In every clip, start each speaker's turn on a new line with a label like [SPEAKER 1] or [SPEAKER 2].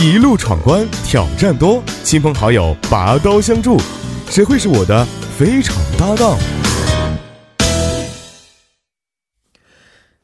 [SPEAKER 1] 一路闯关，挑战多，亲朋好友拔刀相助，谁会是我的非常搭档？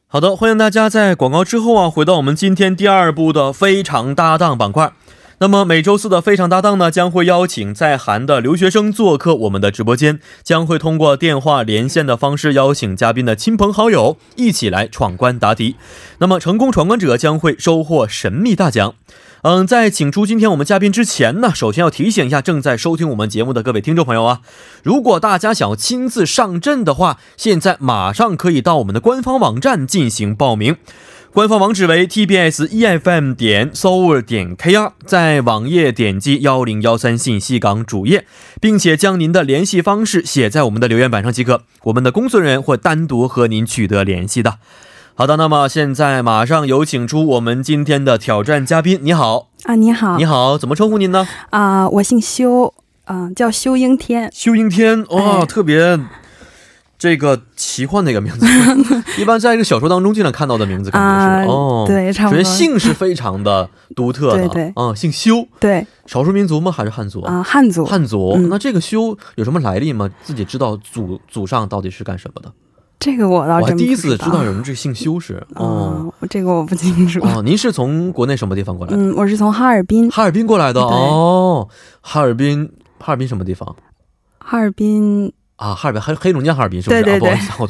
[SPEAKER 2] 好的，欢迎大家在广告之后啊，回到我们今天第二部的非常搭档板块。那么每周四的非常搭档呢，将会邀请在韩的留学生做客我们的直播间，将会通过电话连线的方式邀请嘉宾的亲朋好友一起来闯关答题。那么成功闯关者将会收获神秘大奖。嗯，在请出今天我们嘉宾之前呢，首先要提醒一下正在收听我们节目的各位听众朋友啊，如果大家想要亲自上阵的话，现在马上可以到我们的官方网站进行报名。官方网址为 tbs efm 点 s o u r 点 kr，在网页点击幺零幺三信息港主页，并且将您的联系方式写在我们的留言板上即可，我们的工作人员会单独和您取得联系的。好的，那么现在马上有请出我们今天的挑战嘉宾。你好，
[SPEAKER 3] 啊，你好，
[SPEAKER 2] 你好，怎么称呼您呢？
[SPEAKER 3] 啊、我姓修，啊、叫修英天，
[SPEAKER 2] 修英天，哇、
[SPEAKER 3] 哎
[SPEAKER 2] 特别这个奇幻的一个名 字，一般在这个小说当中经常看到的名字，可能是、
[SPEAKER 3] 啊
[SPEAKER 2] 哦，
[SPEAKER 3] 对差不
[SPEAKER 2] 首
[SPEAKER 3] 多
[SPEAKER 2] 先姓是非常的独特的，
[SPEAKER 3] 对对
[SPEAKER 2] 啊，姓修，
[SPEAKER 3] 对，
[SPEAKER 2] 少数民族吗？还是汉族？
[SPEAKER 3] 啊、汉族，
[SPEAKER 2] 汉族、
[SPEAKER 3] 嗯
[SPEAKER 2] 那这个修有什么来历吗？自己知道祖祖上到底是干什么的？
[SPEAKER 3] 这个我倒
[SPEAKER 2] 我还
[SPEAKER 3] 啊真
[SPEAKER 2] 第一
[SPEAKER 3] 不
[SPEAKER 2] 次知
[SPEAKER 3] 知
[SPEAKER 2] 道有人这个姓修是哦
[SPEAKER 3] 啊，我这个我不清楚，
[SPEAKER 2] 哦，您是从国内什么地方过来的？
[SPEAKER 3] 嗯，我是从哈尔滨，
[SPEAKER 2] 哈尔滨过来的
[SPEAKER 3] 对
[SPEAKER 2] 哦，哈尔滨，哈尔滨什么地方
[SPEAKER 3] 哈尔滨，
[SPEAKER 2] 啊？哈尔滨黑黑龙江哈尔滨是不是？
[SPEAKER 3] 对对
[SPEAKER 2] 啊，不好
[SPEAKER 3] 对
[SPEAKER 2] 意思，我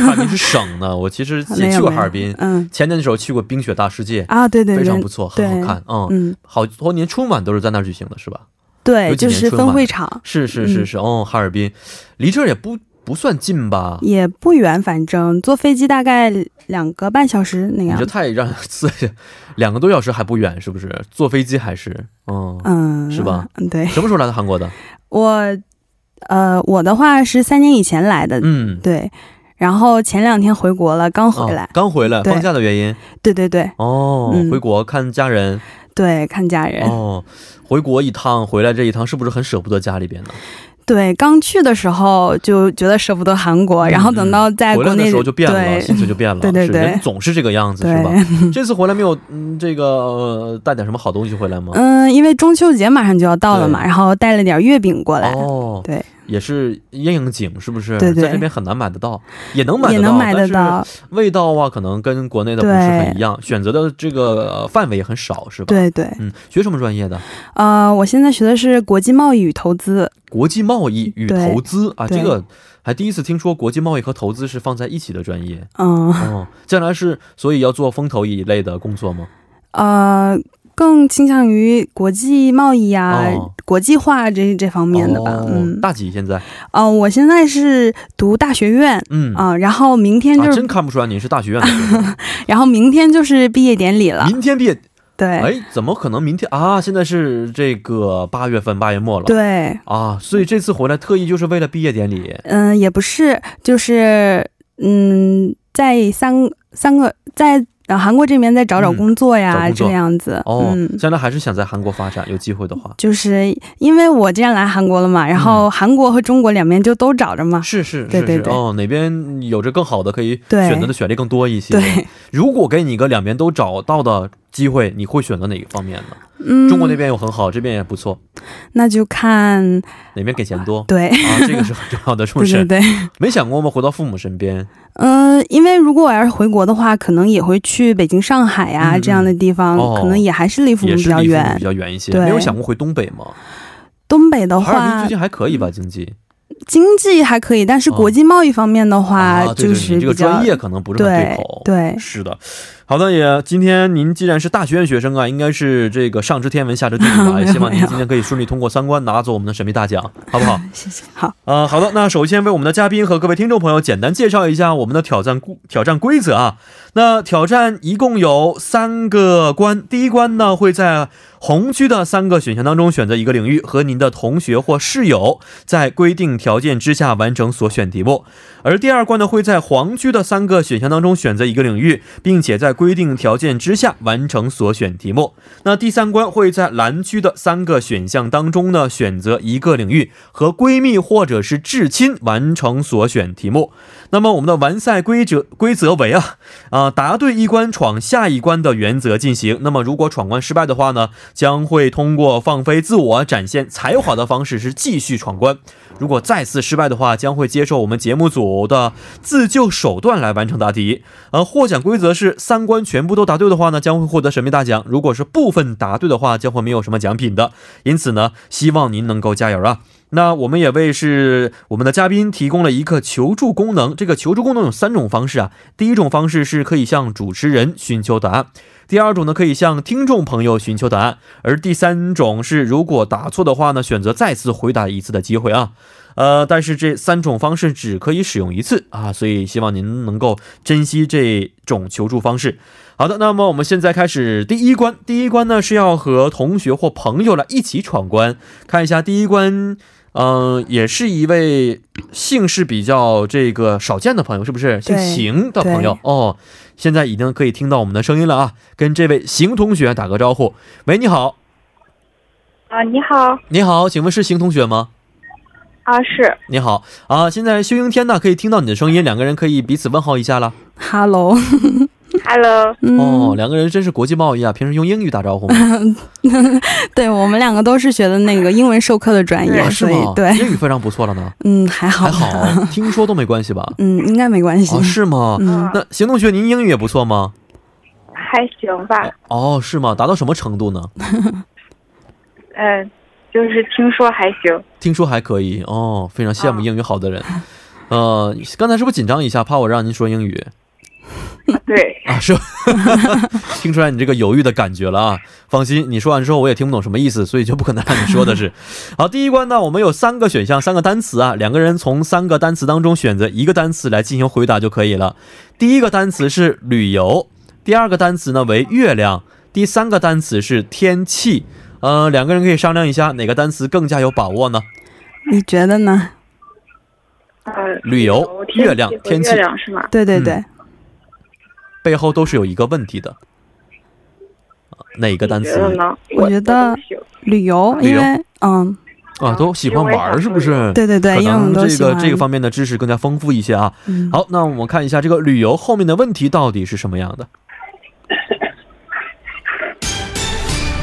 [SPEAKER 2] 都哈尔滨是省呢。我其实也
[SPEAKER 3] 没
[SPEAKER 2] 去
[SPEAKER 3] 有
[SPEAKER 2] 过
[SPEAKER 3] 没
[SPEAKER 2] 哈尔
[SPEAKER 3] 有
[SPEAKER 2] 滨，
[SPEAKER 3] 嗯，
[SPEAKER 2] 前年的时候去过冰雪大世界，
[SPEAKER 3] 啊，对对对，
[SPEAKER 2] 非常不错，很好看。嗯，
[SPEAKER 3] 嗯，
[SPEAKER 2] 好多年春晚都是在那儿举行的，是吧？有
[SPEAKER 3] 对，
[SPEAKER 2] 几
[SPEAKER 3] 就
[SPEAKER 2] 年
[SPEAKER 3] 是
[SPEAKER 2] 春晚啊
[SPEAKER 3] 分会场，
[SPEAKER 2] 是是
[SPEAKER 3] 嗯
[SPEAKER 2] 是是，哦，哈尔滨离这儿也不不算近吧？
[SPEAKER 3] 也不远，反正坐飞机大概两个半小时那个
[SPEAKER 2] 你
[SPEAKER 3] 样
[SPEAKER 2] 这
[SPEAKER 3] 子，
[SPEAKER 2] 太 让四两个多小时还不远，是不是？坐飞机还是嗯？
[SPEAKER 3] 嗯，
[SPEAKER 2] 是吧？
[SPEAKER 3] 嗯，对
[SPEAKER 2] 什么时候来的韩国的？
[SPEAKER 3] 我，呃，我的话是三年以前来的，
[SPEAKER 2] 嗯，
[SPEAKER 3] 对，然后前两天回国了，刚回来，
[SPEAKER 2] 哦刚回来，
[SPEAKER 3] 对
[SPEAKER 2] 放假的原因
[SPEAKER 3] 对对对
[SPEAKER 2] 哦，
[SPEAKER 3] 嗯
[SPEAKER 2] 回国看家人
[SPEAKER 3] 对，看家人。
[SPEAKER 2] 哦，回国一趟，回来这一趟是不是很舍不得家里边呢？
[SPEAKER 3] 对，刚去的时候就觉得舍不得韩国， 然后等到
[SPEAKER 2] 嗯
[SPEAKER 3] 在
[SPEAKER 2] 回
[SPEAKER 3] 哎
[SPEAKER 2] 来
[SPEAKER 3] 国内
[SPEAKER 2] 的时候就变了，
[SPEAKER 3] 对
[SPEAKER 2] 心情就变了，
[SPEAKER 3] 对对
[SPEAKER 2] 是
[SPEAKER 3] 对
[SPEAKER 2] 人总是这个样子，是 吧？
[SPEAKER 3] 对，
[SPEAKER 2] 这次回来没有嗯，这个、呃、带点什么好东西回来吗？
[SPEAKER 3] 嗯，因为中秋节马上就要到了嘛，
[SPEAKER 2] 对
[SPEAKER 3] 然后带了点月饼过来，
[SPEAKER 2] 哦，
[SPEAKER 3] 对，
[SPEAKER 2] 也是应应景，是不是？
[SPEAKER 3] 对对
[SPEAKER 2] 在这边很难买得到，也能买得到，
[SPEAKER 3] 也能买得
[SPEAKER 2] 但
[SPEAKER 3] 到。
[SPEAKER 2] 是味道啊，可能跟国内的不是很一样，选择的这个呃范围也很少，是吧？，
[SPEAKER 3] 对对，
[SPEAKER 2] 嗯，学什么专业的？
[SPEAKER 3] 呃，我现在学的是国际贸易与投资，
[SPEAKER 2] 国际贸易与
[SPEAKER 3] 对
[SPEAKER 2] 投资啊，
[SPEAKER 3] 对
[SPEAKER 2] 这个还第一次听说国际贸易和投资是放在一起的专业。
[SPEAKER 3] 嗯
[SPEAKER 2] 哦，将来是所以要做风投一类的工作吗？
[SPEAKER 3] 呃，更倾向于国际贸易呀、
[SPEAKER 2] 哦
[SPEAKER 3] 国际化这这方面的吧，
[SPEAKER 2] 哦
[SPEAKER 3] 嗯，
[SPEAKER 2] 大几现在？
[SPEAKER 3] 呃，我现在是读大学院。
[SPEAKER 2] 嗯。
[SPEAKER 3] 啊、然后明天
[SPEAKER 2] 啊，
[SPEAKER 3] 就是、
[SPEAKER 2] 真看不出来您是大学院 的。
[SPEAKER 3] 然后明天就是毕业典礼了，
[SPEAKER 2] 明天毕业，
[SPEAKER 3] 对、
[SPEAKER 2] 哎，怎么可能明天啊？现在是这个八月份，八月末了。
[SPEAKER 3] 对，
[SPEAKER 2] 啊，所以这次回来特意就是为了毕业典礼。
[SPEAKER 3] 嗯，也不是，就是嗯，在三三个在、呃韩国这边再找找
[SPEAKER 2] 嗯
[SPEAKER 3] 工作呀，
[SPEAKER 2] 找工
[SPEAKER 3] 这
[SPEAKER 2] 作
[SPEAKER 3] 个样子。
[SPEAKER 2] 哦，
[SPEAKER 3] 嗯，
[SPEAKER 2] 将来还是想在韩国发展，有机会的话。
[SPEAKER 3] 就是因为我既然来韩国了嘛，然后韩国和中国两边就都找着嘛。
[SPEAKER 2] 嗯是是是是
[SPEAKER 3] 对对对
[SPEAKER 2] 哦，哪边有着更好的可以
[SPEAKER 3] 对
[SPEAKER 2] 选择的选类更多一些。
[SPEAKER 3] 对，
[SPEAKER 2] 如果给你一个两边都找到的机会，你会选择哪一方面呢？
[SPEAKER 3] 嗯，
[SPEAKER 2] 中国那边有很好，这边也不错，
[SPEAKER 3] 那就看
[SPEAKER 2] 哪边给钱多？
[SPEAKER 3] 对。
[SPEAKER 2] 啊，这个是很重要的，是不
[SPEAKER 3] 对
[SPEAKER 2] 是？
[SPEAKER 3] 对对，
[SPEAKER 2] 没想过吗？回到父母身边，
[SPEAKER 3] 嗯、因为如果我要是回国的话，可能也会去北京、上海呀、
[SPEAKER 2] 嗯嗯
[SPEAKER 3] 这样的地方、
[SPEAKER 2] 哦
[SPEAKER 3] 可能也还是离父母
[SPEAKER 2] 也
[SPEAKER 3] 比
[SPEAKER 2] 是
[SPEAKER 3] 较
[SPEAKER 2] 离父母
[SPEAKER 3] 远
[SPEAKER 2] 比。较远一些。
[SPEAKER 3] 对
[SPEAKER 2] 没有想过回东北吗？
[SPEAKER 3] 东北的
[SPEAKER 2] 哈尔滨
[SPEAKER 3] 话嗯
[SPEAKER 2] 最，近还可以吧，经济。
[SPEAKER 3] 经济还可以，但是
[SPEAKER 2] 哦
[SPEAKER 3] 国际贸易方面的话，
[SPEAKER 2] 啊，对
[SPEAKER 3] 就
[SPEAKER 2] 对
[SPEAKER 3] 是
[SPEAKER 2] 你这个
[SPEAKER 3] 比较
[SPEAKER 2] 专业可能不是很
[SPEAKER 3] 对
[SPEAKER 2] 口。
[SPEAKER 3] 对，
[SPEAKER 2] 是的，好的，也今天您既然是大学院学生啊，应该是这个上知天文下知地理吧，
[SPEAKER 3] 没
[SPEAKER 2] 也
[SPEAKER 3] 有
[SPEAKER 2] 希望您
[SPEAKER 3] 没有
[SPEAKER 2] 今天可以顺利通过三关，拿走我们的神秘大奖，好不好？
[SPEAKER 3] 谢谢。好，
[SPEAKER 2] 呃，好的，那首先为我们的嘉宾和各位听众朋友简单介绍一下我们的挑战规挑战规则啊。那挑战一共有三个关，第一关呢会在红区的三个选项当中选择一个领域，和您的同学或室友在规定条件之下完成所选题目；而第二关呢会在黄区的三个选项当中选择一个领域，并且在规定条件之下完成所选题目。那第三关会在蓝区的三个选项当中呢，选择一个领域和闺蜜或者是至亲完成所选题目。那么我们的完赛规则规则为啊啊答对一关闯下一关的原则进行。那么如果闯关失败的话呢，将会通过放飞自我、展现才华的方式是继续闯关。如果再次失败的话，将会接受我们节目组的自救手段来完成答题。呃，获奖规则是三关全部都答对的话呢，将会获得神秘大奖；如果是部分答对的话，将会没有什么奖品的。因此呢，希望您能够加油啊！那我们也为是我们的嘉宾提供了一个求助功能。这个求助功能有三种方式啊。第一种方式是可以向主持人寻求答案，第二种呢可以向听众朋友寻求答案，而第三种是如果答错的话呢，选择再次回答一次的机会啊。呃，但是这三种方式只可以使用一次啊，所以希望您能够珍惜这种求助方式。好的，那么我们现在开始第一关。第一关呢是要和同学或朋友来一起闯关，看一下第一关。嗯、也是一位姓氏比较这个少见的朋友，是不是？姓
[SPEAKER 3] 对
[SPEAKER 2] 邢的朋友
[SPEAKER 3] 对
[SPEAKER 2] 哦，现在已经可以听到我们的声音了啊！跟这位邢同学打个招呼。喂，你好，
[SPEAKER 4] 啊，你好
[SPEAKER 2] 你好，请问是邢同学吗？
[SPEAKER 4] 啊， 是
[SPEAKER 2] 你好啊，现在修英天呢可以听到你的声音，两个人可以彼此问候一下了。
[SPEAKER 3] Hello，
[SPEAKER 4] ，Hello，
[SPEAKER 3] 嗯，
[SPEAKER 2] 哦，两个人真是国际贸易啊，平时用英语打招呼吗？
[SPEAKER 3] 对我们两个都是学的那个英文授课的专业，
[SPEAKER 2] 啊是
[SPEAKER 3] 所以
[SPEAKER 2] 吗？
[SPEAKER 3] 对，
[SPEAKER 2] 英语非常不错了呢，
[SPEAKER 3] 嗯，还好，
[SPEAKER 2] 还好，听说都没关系 吧？
[SPEAKER 3] 嗯，应该没关系，
[SPEAKER 2] 哦，是吗？
[SPEAKER 3] 嗯，
[SPEAKER 2] 那邢同学，您英语也不错吗？
[SPEAKER 4] 啊还行吧，
[SPEAKER 2] 哦，是吗？达到什么程度呢？
[SPEAKER 4] 嗯、就是听说还行，
[SPEAKER 2] 听说还可以哦，非常羡慕
[SPEAKER 4] 啊
[SPEAKER 2] 英语好的人。呃，刚才是不是紧张一下，怕我让您说英语
[SPEAKER 4] 啊 对，
[SPEAKER 2] 啊？是吧，听出来你这个犹豫的感觉了啊！放心，你说完之后我也听不懂什么意思，所以就不可能让你说的是。好，第一关呢，我们有三个选项，三个单词啊，两个人从三个单词当中选择一个单词来进行回答就可以了。第一个单词是旅游，第二个单词呢为月亮，第三个单词是天气。呃，两个人可以商量一下哪个单词更加有把握呢？
[SPEAKER 3] 你觉得呢？
[SPEAKER 4] 呃，
[SPEAKER 2] 旅游
[SPEAKER 4] 天
[SPEAKER 2] 月亮
[SPEAKER 4] 气和
[SPEAKER 2] 天气
[SPEAKER 4] 月亮是吗？
[SPEAKER 3] 对对
[SPEAKER 2] 嗯
[SPEAKER 3] 对，
[SPEAKER 2] 背后都是有一个问题的。呃哪个单
[SPEAKER 4] 你觉得
[SPEAKER 2] 词
[SPEAKER 4] 呢？
[SPEAKER 3] 我觉得
[SPEAKER 4] 都行
[SPEAKER 3] 旅游，
[SPEAKER 2] 旅
[SPEAKER 3] 因
[SPEAKER 2] 游
[SPEAKER 3] 为嗯，
[SPEAKER 2] 啊？都喜欢玩儿是不是？
[SPEAKER 3] 对对对，
[SPEAKER 2] 可
[SPEAKER 3] 因为我
[SPEAKER 2] 能
[SPEAKER 3] 们都
[SPEAKER 2] 这
[SPEAKER 3] 喜
[SPEAKER 2] 个
[SPEAKER 3] 欢
[SPEAKER 2] 这个方面的知识更加丰富一些啊。
[SPEAKER 3] 嗯
[SPEAKER 2] 好，那我们看一下这个旅游后面的问题到底是什么样 的。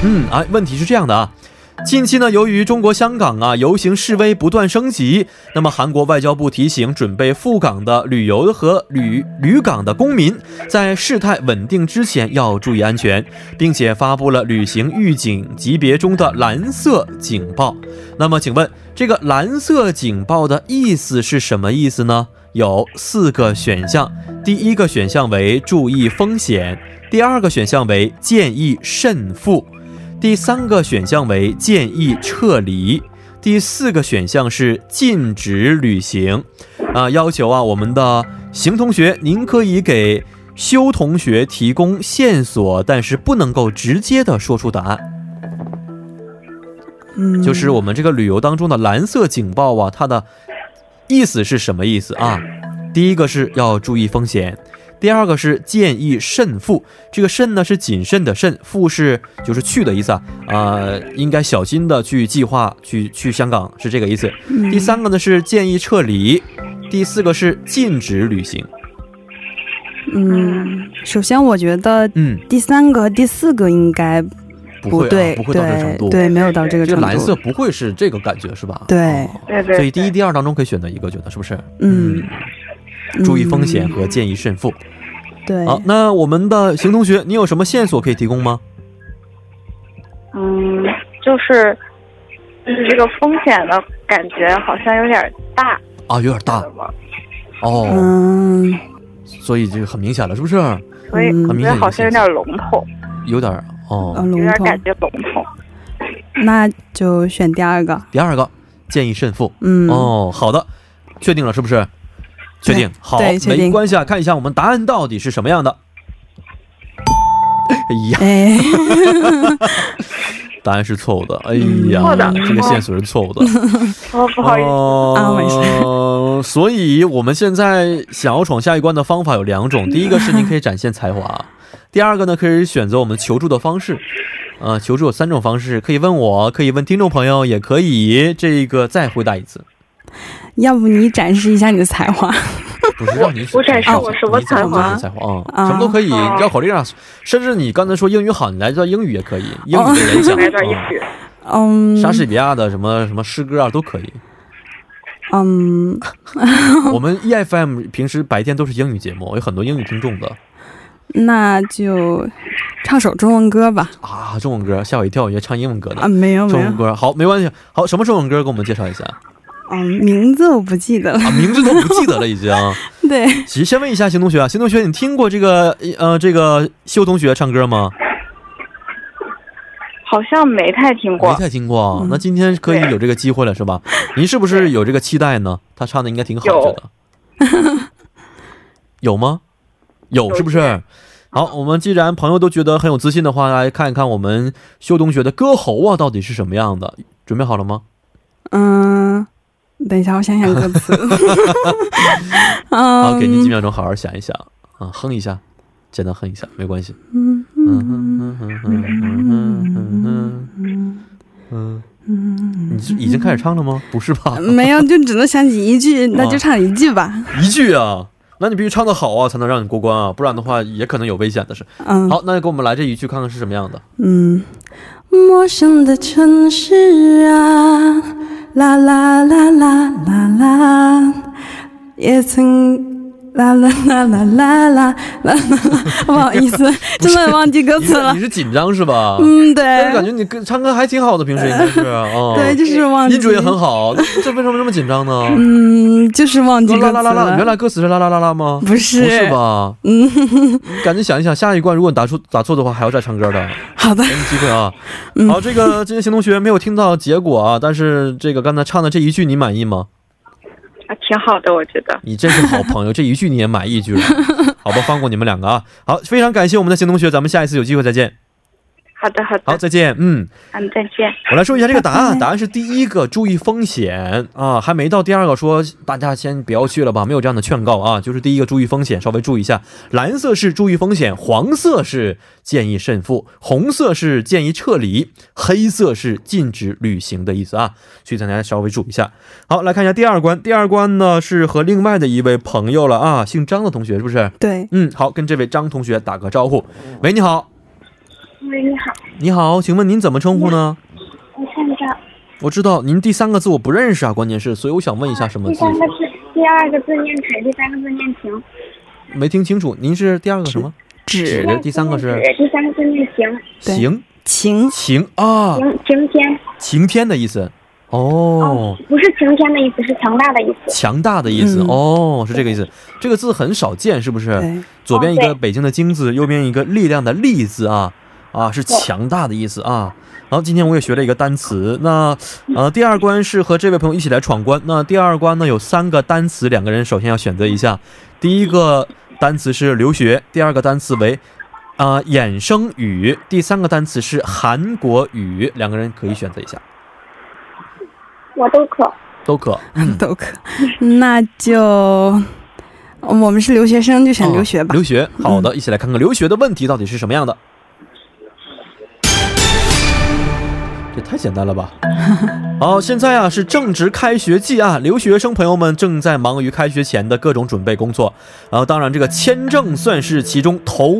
[SPEAKER 2] 嗯，哎，问题是这样的啊。近期呢，由于中国香港啊游行示威不断升级，那么韩国外交部提醒准备赴港的旅游和旅旅港的公民，在事态稳定之前要注意安全，并且发布了旅行预警级别中的蓝色警报。那么，请问这个蓝色警报的意思是什么意思呢？有四个选项，第一个选项为注意风险，第二个选项为建议慎付，第三个选项为建议撤离，第四个选项是禁止旅行。啊、要求啊，我们的邢同学，您可以给修同学提供线索，但是不能够直接的说出答案。
[SPEAKER 3] 嗯，
[SPEAKER 2] 就是我们这个旅游当中的蓝色警报啊，它的意思是什么意思啊？第一个是要注意风险，第二个是建议慎付。这个慎呢是谨慎的慎，付是就是去的意思啊，呃，应该小心的去计划去去香港是这个意思。
[SPEAKER 3] 嗯
[SPEAKER 2] 第三个呢是建议撤离，第四个是禁止旅行。
[SPEAKER 3] 嗯，首先我觉得
[SPEAKER 2] 嗯，
[SPEAKER 3] 第三个、第四个应该
[SPEAKER 2] 不会、啊、
[SPEAKER 3] 对，
[SPEAKER 2] 不会到这程度。
[SPEAKER 3] 对，对，没有到这个
[SPEAKER 2] 这
[SPEAKER 3] 程
[SPEAKER 2] 个
[SPEAKER 3] 度。
[SPEAKER 2] 蓝色不会是这个感觉是吧？
[SPEAKER 3] 对
[SPEAKER 2] 哦
[SPEAKER 4] 对对，
[SPEAKER 2] 所以第一、
[SPEAKER 4] 对
[SPEAKER 2] 第二当中可以选择一个，觉得是不是？
[SPEAKER 3] 嗯，嗯，
[SPEAKER 2] 注意风险和建议慎付。
[SPEAKER 3] 对，
[SPEAKER 2] 好，那我们的邢同学，你有什么线索可以提供吗？
[SPEAKER 4] 嗯，就是就是这个风险的感觉好像有点大，
[SPEAKER 2] 啊，有点大
[SPEAKER 4] 了吗？
[SPEAKER 2] 哦，
[SPEAKER 3] 嗯，
[SPEAKER 2] 所以这个很明显了，是不是？
[SPEAKER 4] 所以
[SPEAKER 3] 嗯
[SPEAKER 4] 我
[SPEAKER 2] 很明显
[SPEAKER 4] 觉得
[SPEAKER 2] 一个
[SPEAKER 4] 好像
[SPEAKER 2] 线
[SPEAKER 4] 有点笼统，
[SPEAKER 2] 有点儿
[SPEAKER 3] 呃
[SPEAKER 2] 哦。
[SPEAKER 4] 有
[SPEAKER 3] 笼
[SPEAKER 4] 点
[SPEAKER 3] 统
[SPEAKER 4] 感，觉笼统。
[SPEAKER 3] 那就选第二个。
[SPEAKER 2] 第二个，建议慎付。
[SPEAKER 3] 嗯，
[SPEAKER 2] 哦，好的，确定了是不是？确定，好，
[SPEAKER 3] 对确定
[SPEAKER 2] 没关系啊，看一下我们答案到底是什么样的。哎呀，
[SPEAKER 3] 哎，
[SPEAKER 2] 答案是错误的。哎呀，
[SPEAKER 3] 嗯
[SPEAKER 4] 错的
[SPEAKER 2] 这个线索是错误的。
[SPEAKER 4] 哦，不好意思，
[SPEAKER 3] 啊没事
[SPEAKER 2] 呃， 所以我们现在想要闯下一关的方法有两种，第一个是您可以展现才华，第二个呢，可以选择我们求助的方式。啊，求助有三种方式，可以问我，可以问听众朋友，也可以这个再回答一次，
[SPEAKER 3] 要不你展示一下你的才华？
[SPEAKER 2] 不是让你
[SPEAKER 4] 我展示我什么才华
[SPEAKER 2] 你怎么展示才华啊，什么都可以，
[SPEAKER 4] 啊
[SPEAKER 2] 绕口令啊，甚至你刚才说英语好，你来段英语也可以，英语的演讲，
[SPEAKER 4] 来段英
[SPEAKER 2] 啊
[SPEAKER 4] 语。
[SPEAKER 3] 嗯
[SPEAKER 2] 莎士比亚的什么什么诗歌啊都可以。
[SPEAKER 3] 嗯，
[SPEAKER 2] 我们 EFM 平时白天都是英语节目，有很多英语听众的
[SPEAKER 3] 那就唱首中文歌吧。
[SPEAKER 2] 啊，中文歌吓我一跳，我以为唱英文歌
[SPEAKER 3] 啊，
[SPEAKER 2] 的。
[SPEAKER 3] 没有没
[SPEAKER 2] 中
[SPEAKER 3] 有
[SPEAKER 2] 文，歌好，没关系。好，什么中文歌给我们介绍一下
[SPEAKER 3] 嗯，名字我不记得了。
[SPEAKER 2] 啊？名字都不记得了，已经。
[SPEAKER 3] 对，
[SPEAKER 2] 行，先问一下邢同学啊，邢同学，你听过这个呃这个修同学唱歌吗？
[SPEAKER 4] 好像没太听
[SPEAKER 2] 没
[SPEAKER 4] 过，
[SPEAKER 2] 太听过、啊
[SPEAKER 3] 嗯
[SPEAKER 2] 那今天可以
[SPEAKER 4] 对
[SPEAKER 2] 有这个机会了，是吧？您是不是有这个期待呢？他唱的应该挺好，
[SPEAKER 4] 有
[SPEAKER 2] 觉得 有吗？有是不是？好，我们既然朋友都觉得很有自信的话，来看一看我们修同学的歌喉啊到底是什么样的。准备好了吗？
[SPEAKER 3] 嗯，等一下，我想想歌词。
[SPEAKER 2] 好，
[SPEAKER 3] 嗯，
[SPEAKER 2] 给您几秒钟，好好想一想啊，哼一下，简单哼一下，没关系。
[SPEAKER 3] 嗯
[SPEAKER 2] 嗯哼哼哼哼哼哼哼嗯，你是已经开始唱了吗？不是吧？
[SPEAKER 3] 没有，就只能想起一句，那
[SPEAKER 2] 哦
[SPEAKER 3] 就唱一句吧。
[SPEAKER 2] 一句啊，那你必须唱得好啊，才能让你过关啊，不然的话也可能有危险的事。
[SPEAKER 3] 嗯，
[SPEAKER 2] 好，那给我们来这一句看看是什么样的。
[SPEAKER 3] 嗯，陌生的城市啊，啦啦啦啦啦啦，也曾啦啦啦啦啦啦啦啦，不好意思，真的忘记歌
[SPEAKER 2] 你
[SPEAKER 3] 词
[SPEAKER 2] 是
[SPEAKER 3] 了
[SPEAKER 2] 你。是紧张是吧？
[SPEAKER 3] 嗯，
[SPEAKER 2] 但是感
[SPEAKER 3] 对，
[SPEAKER 2] 觉你跟唱歌还挺好的，平时应该是啊。哦
[SPEAKER 3] 对，就是忘记。
[SPEAKER 2] 音准也很好，那这为什么这么紧张呢？
[SPEAKER 3] 嗯，就是忘记歌
[SPEAKER 2] 啦
[SPEAKER 3] 词
[SPEAKER 2] 啦啦啦，原
[SPEAKER 3] 了。
[SPEAKER 2] 来歌词是啦啦啦啦吗？
[SPEAKER 3] 不是
[SPEAKER 2] 不是吧？嗯， 赶紧想一想，下一关如果你答出答错的话，还要再唱歌的。
[SPEAKER 3] 好的，
[SPEAKER 2] 给你机会啊！
[SPEAKER 3] 嗯
[SPEAKER 2] 好，这个今天邢同学没有听到结果啊，但是这个刚才唱的这一句你满意吗？
[SPEAKER 4] 啊，挺好的，我觉得。
[SPEAKER 2] 你真是好朋友，这一句你也满意居 然，好吧，放过你们两个啊！好，非常感谢我们的邢同学，咱们下一次有机会再见。
[SPEAKER 4] 好的，好的，
[SPEAKER 2] 好，再见。嗯，
[SPEAKER 4] 嗯，再见。
[SPEAKER 2] 我来说一下这个答
[SPEAKER 3] 拜
[SPEAKER 2] 案，
[SPEAKER 3] 拜
[SPEAKER 2] 答案是第一个，注意风险啊，还没到第二个说大家先不要去了吧，没有这样的劝告啊，就是第一个注意风险，稍微注意一下。蓝色是注意风险，黄色是建议慎付，红色是建议撤离，黑色是禁止旅行的意思啊，所以大家稍微注意一下。好，来看一下第二关，第二关呢是和另外的一位朋友了啊，姓张的同学是不是？
[SPEAKER 3] 对，
[SPEAKER 2] 嗯，好，跟这位张同学打个招呼。喂，你好，
[SPEAKER 4] 喂，你好，
[SPEAKER 2] 你好，请问您怎么称呼呢？
[SPEAKER 4] 我看一下
[SPEAKER 2] 我知道您第三个字我不认识啊，关键是，所以我想问一下什么字？
[SPEAKER 4] 字，第二个字念水，第三个字念停，
[SPEAKER 2] 没听清楚，您是第二个什么？
[SPEAKER 3] 指
[SPEAKER 2] 第三个是
[SPEAKER 4] 第三个字念行，
[SPEAKER 3] 对
[SPEAKER 2] 行
[SPEAKER 3] 情
[SPEAKER 2] 行啊，
[SPEAKER 4] 晴晴天，啊
[SPEAKER 2] 晴天的意思。哦，
[SPEAKER 4] 不是晴天的意思，是强大的意思。
[SPEAKER 2] 强大的意思。
[SPEAKER 3] 嗯
[SPEAKER 2] 哦，是这个意思。这个字很少见，是不是？
[SPEAKER 3] 对，
[SPEAKER 2] 左边一
[SPEAKER 4] 哦对
[SPEAKER 2] 个北京的京字，右边一个力量的力字啊啊，是强大的意思啊。然后今天我也学了一个单词，那呃第二关是和这位朋友一起来闯关。那第二关呢有三个单词，两个人首先要选择一下。第一个单词是留学，第二个单词为啊、呃衍生语，第三个单词是韩国语，两个人可以选择一下，
[SPEAKER 4] 我都可。
[SPEAKER 2] 都可。
[SPEAKER 3] 都可。那就我们是留学生，就选留学
[SPEAKER 2] 哦
[SPEAKER 3] 吧嗯
[SPEAKER 2] 留。学，好的，一起来看看留学的问题到底是什么样的。这太简单了 吧！好，现在啊是正值开学季啊，留学生朋友们正在忙于开学前的各种准备工作，然后当然这个签证算是其中头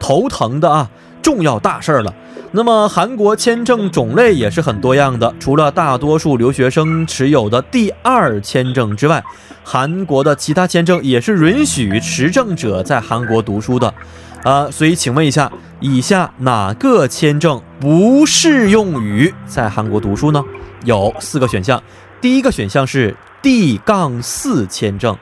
[SPEAKER 2] 头疼的啊重要大事儿了。那么韩国签证种类也是很多样的，除了大多数留学生持有的第二签证之外，韩国的其他签证也是允许持证者在韩国读书的。啊，所以请问一下，以下哪个签证不适用于在韩国读书呢？有四个选项，第一个选项是 D 杠四签证，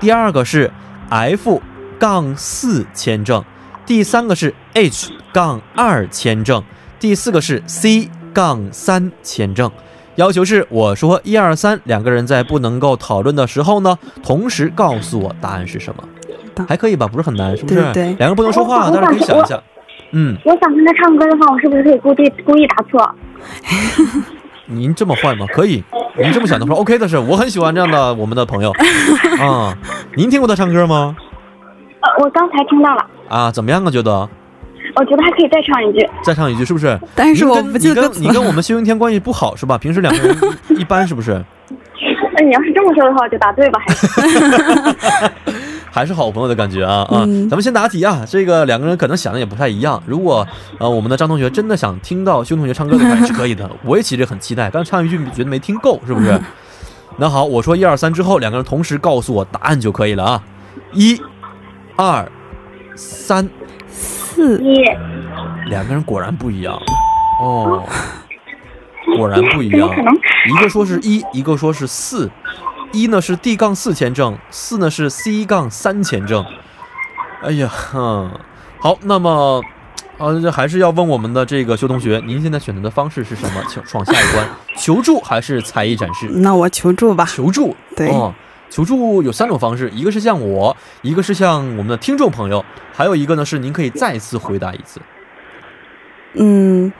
[SPEAKER 2] 第二个是 F 杠四签证，第三个是 H 杠二签证，第四个是 C 杠三签证。要求是我说一二三，两个人在不能够讨论的时候呢，同时告诉我答案是什么
[SPEAKER 3] 当，
[SPEAKER 2] 还可以吧？不是很难，是不是？
[SPEAKER 3] 对对
[SPEAKER 2] 两个人不能说话，但是可以想一下。嗯，
[SPEAKER 4] 我想跟他唱歌的话，我是不是可以故意故意答错？
[SPEAKER 2] 您这么坏吗？可以，您这么想的话，OK 的是，我很喜欢这样的我们的朋友啊。您听过他唱歌吗？
[SPEAKER 4] 呃，我刚才听到了，
[SPEAKER 2] 啊，怎么样啊？觉得
[SPEAKER 5] 我觉得还可以再唱一句。
[SPEAKER 2] 再唱一句是不是？
[SPEAKER 3] 但是
[SPEAKER 2] 你
[SPEAKER 3] 我
[SPEAKER 2] 跟
[SPEAKER 3] 不记得
[SPEAKER 2] 你
[SPEAKER 3] 歌
[SPEAKER 2] 跟
[SPEAKER 3] 词
[SPEAKER 2] 你
[SPEAKER 3] 了。
[SPEAKER 2] 跟我们修云天关系不好是吧？平时两个人一一般是不是？
[SPEAKER 5] 那
[SPEAKER 4] 呃
[SPEAKER 5] 你要是这么说的话，我就答对吧？还是
[SPEAKER 2] 还是好朋友的感觉啊啊！
[SPEAKER 3] 嗯
[SPEAKER 2] 咱们先答题啊，这个两个人可能想的也不太一样。如果呃我们的张同学真的想听到修同学唱歌的话，也是可以的。我也其实很期待，刚唱一句觉得没听够，是不是？那好，我说一二三之后，两个人同时告诉我答案就可以了啊！一、二、三，
[SPEAKER 3] 四
[SPEAKER 5] 一
[SPEAKER 2] 两个人果然不一样哦，果然不一
[SPEAKER 5] 怎
[SPEAKER 2] 样
[SPEAKER 5] 么可。能？
[SPEAKER 2] 一个说是一，一个说是四。一呢是 D 杠四前正，四呢是 C 杠三前正。哎呀，哼，好，那么，呃，这还是要问我们的这个修同学，您现在选择的方式是什么？请闯下一关，求助还是才艺展示？
[SPEAKER 3] 那我求助吧。
[SPEAKER 2] 求助，
[SPEAKER 3] 对
[SPEAKER 2] 哦，求助有三种方式，一个是像我，一个是像我们的听众朋友，还有一个呢是您可以再次回答一次。
[SPEAKER 3] 嗯，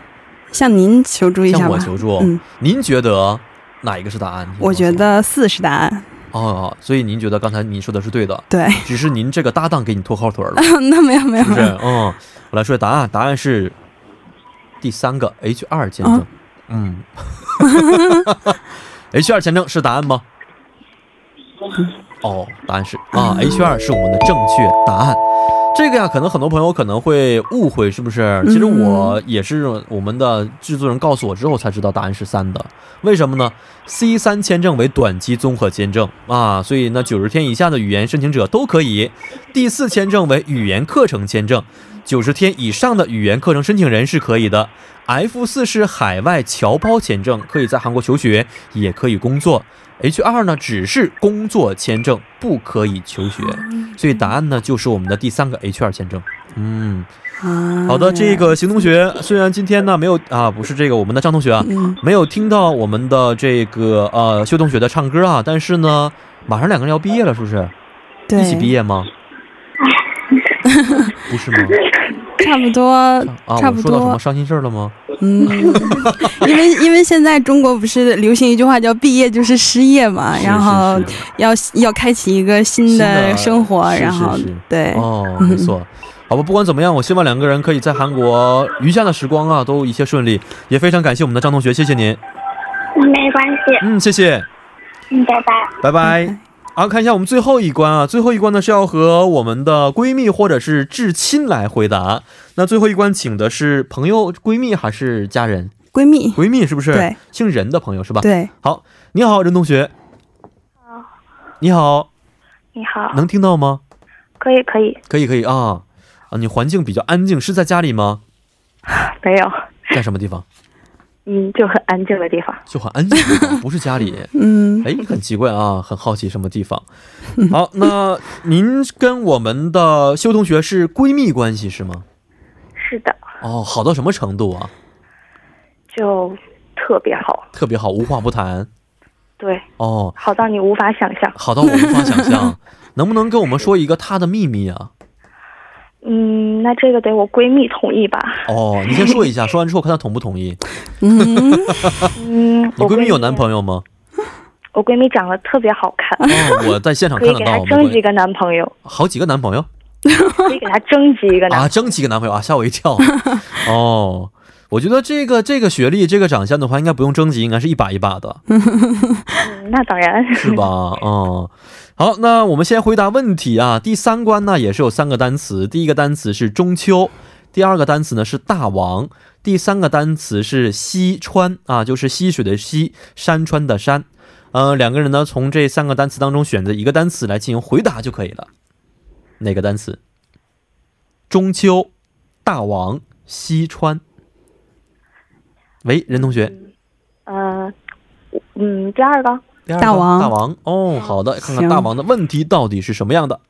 [SPEAKER 3] 向您求助一下
[SPEAKER 2] 向
[SPEAKER 3] 吧
[SPEAKER 2] 我。求助，嗯
[SPEAKER 3] 嗯
[SPEAKER 2] 您觉得哪一个是答案？
[SPEAKER 3] 我觉得四是答案。
[SPEAKER 2] 哦，所以您觉得刚才您说的是对的，
[SPEAKER 3] 对，
[SPEAKER 2] 只是您这个搭档给你拖后腿了，
[SPEAKER 3] 那没有没有
[SPEAKER 2] 是不
[SPEAKER 3] 没
[SPEAKER 2] 是
[SPEAKER 3] 有。？
[SPEAKER 2] 嗯，我来说答案，答案是第三个 H 二签证
[SPEAKER 3] 啊。
[SPEAKER 2] 嗯，H 二签证是答案吗？哦，答案是啊，H 二是我们的正确答案。这个呀，可能很多朋友可能会误会，是不是？其实我也是我们的制作人告诉我之后才知道答案是三的，为什么呢？C 三签证为短期综合签证啊，所以呢，九十天以下的语言申请者都可以。第四签证为语言课程签证，九十天以上的语言课程申请人是可以的。F 四是海外侨胞签证，可以在韩国求学，也可以工作。H 二呢，只是工作签证，不可以求学，所以答案呢就是我们的第三个 H 二签证。嗯，
[SPEAKER 3] 啊
[SPEAKER 2] 好的，这个邢同学，虽然今天呢没有啊，不是这个我们的张同学啊，
[SPEAKER 3] 嗯，
[SPEAKER 2] 没有听到我们的这个呃修同学的唱歌啊，但是呢，马上两个人要毕业了，是不是？
[SPEAKER 3] 对，
[SPEAKER 2] 一起毕业吗？不是吗？
[SPEAKER 3] 差不多，
[SPEAKER 2] 啊，
[SPEAKER 3] 差
[SPEAKER 2] 我
[SPEAKER 3] 不
[SPEAKER 2] 说到什么
[SPEAKER 3] 多。
[SPEAKER 2] 伤心事儿了吗？
[SPEAKER 3] 嗯， 因为因为现在中国不是流行一句话叫“毕业就是失业”嘛，
[SPEAKER 2] 是
[SPEAKER 3] 然后
[SPEAKER 2] 是是
[SPEAKER 3] 要要开启一个新
[SPEAKER 2] 新的
[SPEAKER 3] 的生活，
[SPEAKER 2] 是
[SPEAKER 3] 然
[SPEAKER 2] 是
[SPEAKER 3] 后
[SPEAKER 2] 是
[SPEAKER 3] 对，
[SPEAKER 2] 哦，没错。好吧，不管怎么样，我希望两个人可以在韩国余下的时光啊，都一切顺利。也非常感谢我们的张同学，谢谢您。
[SPEAKER 5] 没关系，
[SPEAKER 2] 嗯，谢谢，
[SPEAKER 5] 嗯，拜拜。
[SPEAKER 2] 拜拜。好，看一下我们最后一关啊，最后一关呢是要和我们的闺蜜或者是至亲来回答。那最后一关请的是朋友、闺蜜还是家人？
[SPEAKER 3] 闺蜜，
[SPEAKER 2] 闺蜜是不是？
[SPEAKER 3] 对，
[SPEAKER 2] 姓任的朋友是吧？。
[SPEAKER 3] 对，
[SPEAKER 2] 好，你好，任同学。你好，
[SPEAKER 4] 你好，
[SPEAKER 2] 能听到吗？
[SPEAKER 4] 可以可以，
[SPEAKER 2] 可以，可以啊。啊，你环境比较安静，是在家里吗？
[SPEAKER 4] 没有，
[SPEAKER 2] 在什么地方？
[SPEAKER 4] 嗯，就很安静的地方。
[SPEAKER 2] 就很安静的地方，不是家 里。
[SPEAKER 3] 嗯，
[SPEAKER 2] 哎，很奇怪啊，很好奇什么地方。好，那您跟我们的修同学是闺蜜关系是吗？
[SPEAKER 4] 是的，
[SPEAKER 2] 哦，好到什么程度啊？
[SPEAKER 4] 就特别好，
[SPEAKER 2] 特别好，无话不谈。
[SPEAKER 4] 对，
[SPEAKER 2] 哦，
[SPEAKER 4] 好到你无法想象。
[SPEAKER 2] 好到我无法想 象。能不能跟我们说一个她的秘密啊？
[SPEAKER 4] 嗯，那这个得我闺蜜同意吧？
[SPEAKER 2] 哦，你先说一下，说完之后看她同不同意。
[SPEAKER 4] 嗯，
[SPEAKER 2] 你
[SPEAKER 4] 我
[SPEAKER 2] 闺蜜有男
[SPEAKER 4] 友？
[SPEAKER 2] 朋友吗？
[SPEAKER 4] 我闺蜜长得特别好看，
[SPEAKER 2] 哦，我在现场
[SPEAKER 4] 可
[SPEAKER 2] 看
[SPEAKER 4] 以
[SPEAKER 2] 得
[SPEAKER 4] 给
[SPEAKER 2] 到，
[SPEAKER 4] 她
[SPEAKER 2] 没关
[SPEAKER 4] 争
[SPEAKER 2] 系
[SPEAKER 4] 几个男朋友，
[SPEAKER 2] 好几个男朋友
[SPEAKER 4] 可以给她争几个男
[SPEAKER 2] 啊，争几个男朋友啊，吓我一跳。 哦，我觉得这个这个学历、这个长相的话，应该不用征集，应该是一把一把的，
[SPEAKER 4] 嗯那当然，
[SPEAKER 2] 是吧？嗯， 好，那我们先回答问题啊。第三关呢，也是有三个单词，第一个单词是中秋，第二个单词呢是大王，第三个单词是西川啊，就是溪水的溪，山川的山。呃，两个人呢从这三个单词当中选择一个单词来进行回答就可以了。哪个单词？中秋、大王、西川。喂，任同学，
[SPEAKER 4] 嗯、嗯，第二个
[SPEAKER 2] 第二个
[SPEAKER 3] 大王
[SPEAKER 2] 大王哦，好的，看看
[SPEAKER 3] 行
[SPEAKER 2] 大王的问题到底是什么样的。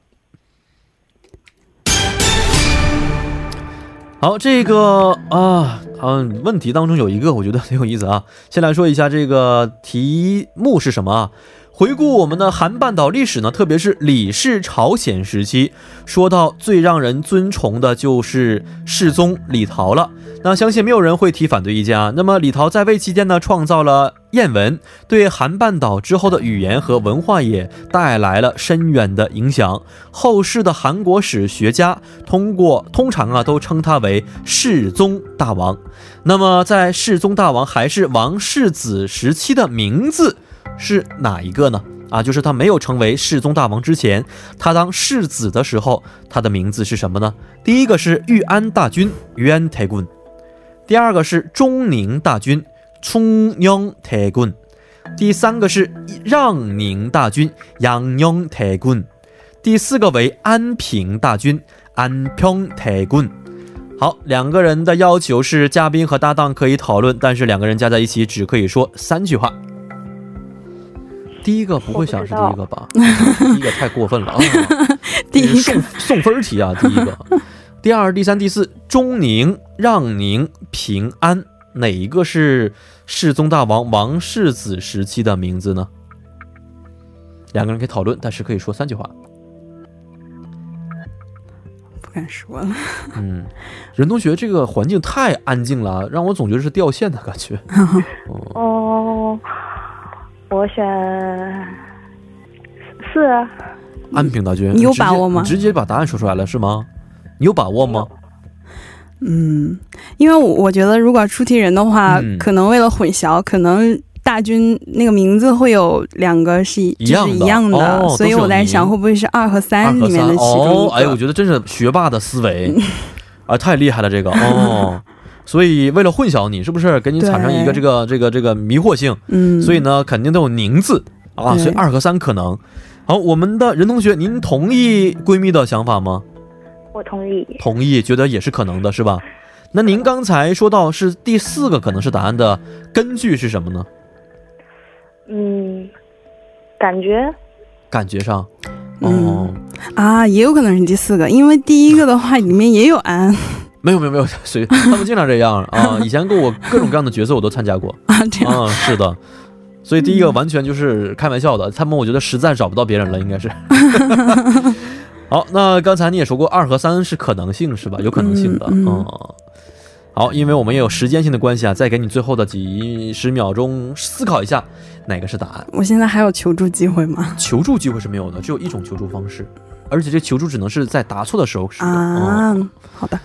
[SPEAKER 2] 好，这个啊，嗯、问题当中有一个我觉得很有意思啊。先来说一下这个题目是什么啊？回顾我们的韩半岛历史呢，特别是李氏朝鲜时期，说到最让人尊崇的就是世宗李祹了。那相信没有人会提反对意见啊。那么李祹在位期间呢，创造了谚文，对韩半岛之后的语言和文化也带来了深远的影响。后世的韩国史学家通过通常啊都称他为世宗大王。那么在世宗大王还是王世子时期的名字是哪一个呢？啊，就是他没有成为世宗大王之前，他当世子的时候，他的名字是什么呢？第一个是玉安大军于安태군，第二个是中宁大军충녕태군，第三个是让宁大军양녕태군，第四个为安平大军安평태군。好，两个人的要求是嘉宾和搭档可以讨论，但是两个人加在一起只可以说三句话。第一个不会想是第一个吧？第一个太过分了啊！
[SPEAKER 3] 第一个
[SPEAKER 2] 送送分题啊， 第一个、第二、第三、第四，中宁、让宁、平安，哪一个是世宗大王王世子时期的名字呢？两个人可以讨论，但是可以说三句话。
[SPEAKER 3] 不敢说了。
[SPEAKER 2] 嗯，任同学这个环境太安静了啊，让我总觉得是掉线的感觉。
[SPEAKER 3] 嗯
[SPEAKER 2] 哦，
[SPEAKER 4] 哦，我选四啊，
[SPEAKER 2] 安平大军，
[SPEAKER 3] 你有
[SPEAKER 2] 直接
[SPEAKER 3] 把握吗
[SPEAKER 2] 你直接把答案说出来了是吗？你有把握吗？
[SPEAKER 3] 嗯，因为我我觉得，如果出题人的话，
[SPEAKER 2] 嗯
[SPEAKER 3] 可能为了混淆，可能大军那个名字会有两个是一
[SPEAKER 2] 一
[SPEAKER 3] 就
[SPEAKER 2] 样
[SPEAKER 3] 是
[SPEAKER 2] 的
[SPEAKER 3] 一样的，
[SPEAKER 2] 哦
[SPEAKER 3] 所以
[SPEAKER 2] 都是有
[SPEAKER 3] 我在想
[SPEAKER 2] 名
[SPEAKER 3] 会不会是二和
[SPEAKER 2] 二
[SPEAKER 3] 三
[SPEAKER 2] 和
[SPEAKER 3] 里面
[SPEAKER 2] 三
[SPEAKER 3] 的其中一
[SPEAKER 2] 哦
[SPEAKER 3] 个。，
[SPEAKER 2] 哎，我觉得真是学霸的思 维啊，太厉害了这个哦。所以为了混淆你，是不是给你产生一个
[SPEAKER 3] 对
[SPEAKER 2] 这个这个这个迷惑性？
[SPEAKER 3] 嗯，
[SPEAKER 2] 所以呢，肯定都有“宁”字啊，
[SPEAKER 3] 对
[SPEAKER 2] 所以二和三可能。好，我们的任同学，您同意闺蜜的想法吗？
[SPEAKER 5] 我同意。
[SPEAKER 2] 同意，觉得也是可能的，是吧？那您刚才说到是第四个可能是答案的根据是什么呢？
[SPEAKER 4] 嗯，感觉
[SPEAKER 2] 感觉上，哦
[SPEAKER 3] 嗯，啊，也有可能是第四个，因为第一个的话里面也有啊安
[SPEAKER 2] 没有没有没有，随他们经常这样啊。以前跟我各种各样的角色我都参加过，
[SPEAKER 3] 啊， 这样
[SPEAKER 2] 啊，是的。所以第一个完全就是开玩笑的，他们我觉得实在找不到别人了，应 该是。好，那刚才你也说过二和三是可能性是吧？有可能性的，啊
[SPEAKER 3] 嗯嗯
[SPEAKER 2] 好，因为我们也有时间性的关系啊，再给你最后的几十秒钟思考一下哪个是答案。
[SPEAKER 3] 我现在还有求助机会吗？
[SPEAKER 2] 求助机会是没有的，只有一种求助方式，而且这求助只能是在答错的时候使用。嗯
[SPEAKER 3] 啊，好的，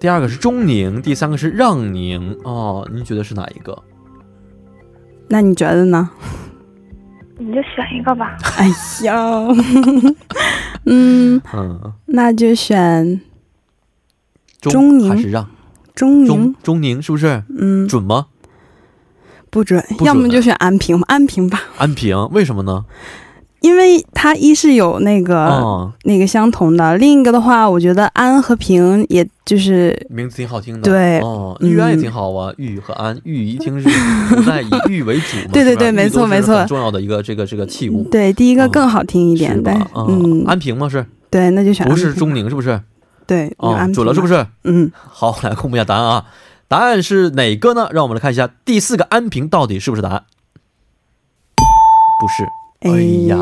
[SPEAKER 2] 第二个是中宁，第三个是让宁。哦，您觉得是哪一个？
[SPEAKER 3] 那你觉得呢？
[SPEAKER 5] 你就选一个吧。
[SPEAKER 3] 哎呀，嗯，
[SPEAKER 2] 嗯，
[SPEAKER 3] 那就选
[SPEAKER 2] 中
[SPEAKER 3] 中宁
[SPEAKER 2] 还是让？
[SPEAKER 3] 中
[SPEAKER 2] 中
[SPEAKER 3] 宁，
[SPEAKER 2] 中宁是不是
[SPEAKER 3] 嗯，
[SPEAKER 2] 准吗？
[SPEAKER 3] 不准，
[SPEAKER 2] 不准
[SPEAKER 3] 要么就选安平吧，安平吧，
[SPEAKER 2] 安平为什么呢？
[SPEAKER 3] 因为它一是有那个、
[SPEAKER 2] 啊，
[SPEAKER 3] 那个相同的，另一个的话，我觉得安和平也就是
[SPEAKER 2] 名字挺好听的。
[SPEAKER 3] 对
[SPEAKER 2] 哦，
[SPEAKER 3] 嗯
[SPEAKER 2] 玉安也挺好啊，玉和安，玉一听是 古代以玉为主嘛，
[SPEAKER 3] 对对
[SPEAKER 2] 是吧
[SPEAKER 3] 对没错
[SPEAKER 2] 玉都是
[SPEAKER 3] 没错
[SPEAKER 2] 很重要的一个这个这个器物。
[SPEAKER 3] 对第一个
[SPEAKER 2] 嗯
[SPEAKER 3] 更好听一点，
[SPEAKER 2] 是吧
[SPEAKER 3] 但
[SPEAKER 2] 啊
[SPEAKER 3] 嗯，
[SPEAKER 2] 安平吗？是
[SPEAKER 3] 对，那就选安
[SPEAKER 2] 不
[SPEAKER 3] 平
[SPEAKER 2] 是中宁是不是？
[SPEAKER 3] 对，就安
[SPEAKER 2] 哦
[SPEAKER 3] 平，
[SPEAKER 2] 准了是不
[SPEAKER 3] 是？
[SPEAKER 2] 是？
[SPEAKER 3] 嗯，
[SPEAKER 2] 好，我来公布一下答案啊。答案是哪个呢？让我们来看一下第四个安平到底是不是答案？不是。哎呀，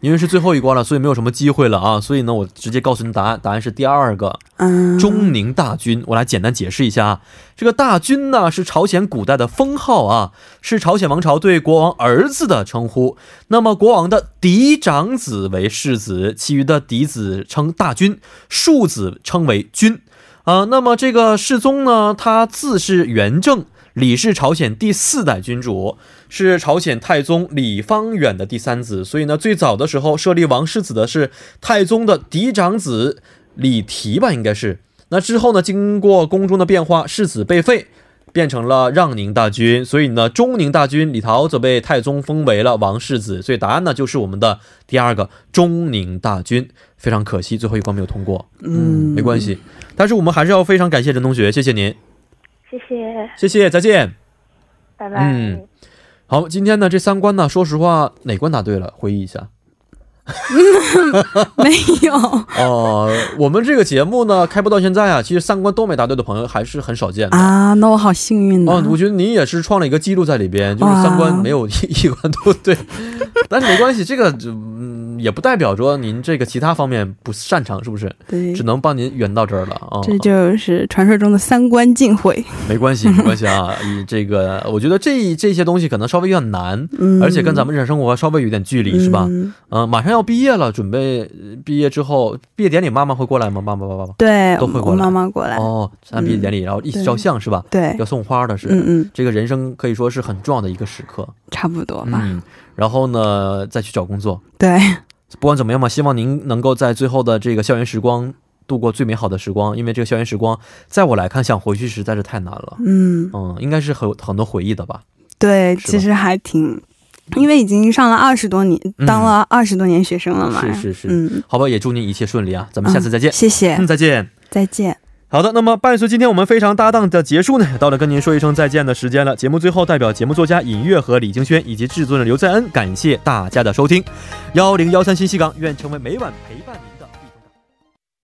[SPEAKER 2] 因为是最后一关了，所以没有什么机会了啊。所以呢，我直接告诉你答案，答案是第二个
[SPEAKER 3] 嗯，
[SPEAKER 2] 中宁大军。我来简单解释一下啊，这个大军呢是朝鲜古代的封号啊，是朝鲜王朝对国王儿子的称呼。那么国王的嫡长子为世子，其余的嫡子称大军，庶子称为君。啊，那么这个世宗呢，他自是元正，李氏朝鲜第四代君主，是朝鲜太宗李方远的第三子。所以呢，最早的时候设立王世子的是太宗的嫡长子李提吧，应该是。那之后呢，经过宫中的变化，世子被废。变成了让宁大军，所以呢，中宁大军李陶则被太宗封为了王世子，所以答案呢就是我们的第二个中宁大军。非常可惜，最后一关没有通过。
[SPEAKER 3] 嗯
[SPEAKER 2] 没关系。但是我们还是要非常感谢任同学，谢谢您，
[SPEAKER 5] 谢谢，
[SPEAKER 2] 谢谢，再见。
[SPEAKER 5] 拜拜。
[SPEAKER 2] 嗯好，今天呢这三关呢，说实话哪关答对了？回忆一下。
[SPEAKER 3] 没有
[SPEAKER 2] 哦，我们这个节目呢，开播到现在啊，其实三观都没答对的朋友还是很少见的。
[SPEAKER 3] 啊，那我好幸运呢、
[SPEAKER 2] 哦，我觉得你也是创了一个记录在里边，就是
[SPEAKER 3] 哇
[SPEAKER 2] 三观没有一一关都对， 但是没关系，这个嗯也不代表着您这个其他方面不擅长，是不是？
[SPEAKER 3] 对
[SPEAKER 2] 只，能帮您圆到这儿了啊、
[SPEAKER 3] 这就是传说中的三观尽毁。
[SPEAKER 2] 没关 系，没关系啊。以这个，我觉得这这些东西可能稍微有点难，
[SPEAKER 3] 嗯，
[SPEAKER 2] 而且跟咱们日常生活稍微有点距离，是吧？
[SPEAKER 3] 嗯
[SPEAKER 2] 嗯、马上要毕业了，准备呃毕业之后，毕业典礼妈妈会过来吗？妈妈、爸爸、爸
[SPEAKER 3] 对，
[SPEAKER 2] 都会过
[SPEAKER 3] 我
[SPEAKER 2] 来
[SPEAKER 3] 妈妈过来，嗯
[SPEAKER 2] 爸。哦，参加毕业典礼，然后一起照相是吧？
[SPEAKER 3] 对
[SPEAKER 2] 要，送花的是。
[SPEAKER 3] 嗯嗯，
[SPEAKER 2] 这个人生可以说是很重要的一个时刻，
[SPEAKER 3] 差不多吧。
[SPEAKER 2] 嗯，然后呢，再去找工作。
[SPEAKER 3] 对，
[SPEAKER 2] 不管怎么样嘛，希望您能够在最后的这个校园时光度过最美好的时光，因为这个校园时光，在我来看，想回去实在是太难了。
[SPEAKER 3] 嗯，
[SPEAKER 2] 嗯，应该是很很多回忆的吧？
[SPEAKER 3] 对，
[SPEAKER 2] 是吧
[SPEAKER 3] 其实还挺，因为已经上了二十多年，
[SPEAKER 2] 嗯
[SPEAKER 3] 当了二十多年学生了嘛。
[SPEAKER 2] 是是是
[SPEAKER 3] 嗯，
[SPEAKER 2] 好吧，也祝您一切顺利啊！咱们下次再见
[SPEAKER 3] 嗯。谢谢，
[SPEAKER 2] 嗯，再见。
[SPEAKER 3] 再见。
[SPEAKER 2] 好的，那么伴随今天我们非常搭档的结束呢，也到了跟您说一声再见的时间了。节目最后，代表节目作家尹月和李京轩以及制作人刘在恩，感谢大家的收听。幺零幺三信息港，愿成为每晚陪伴你。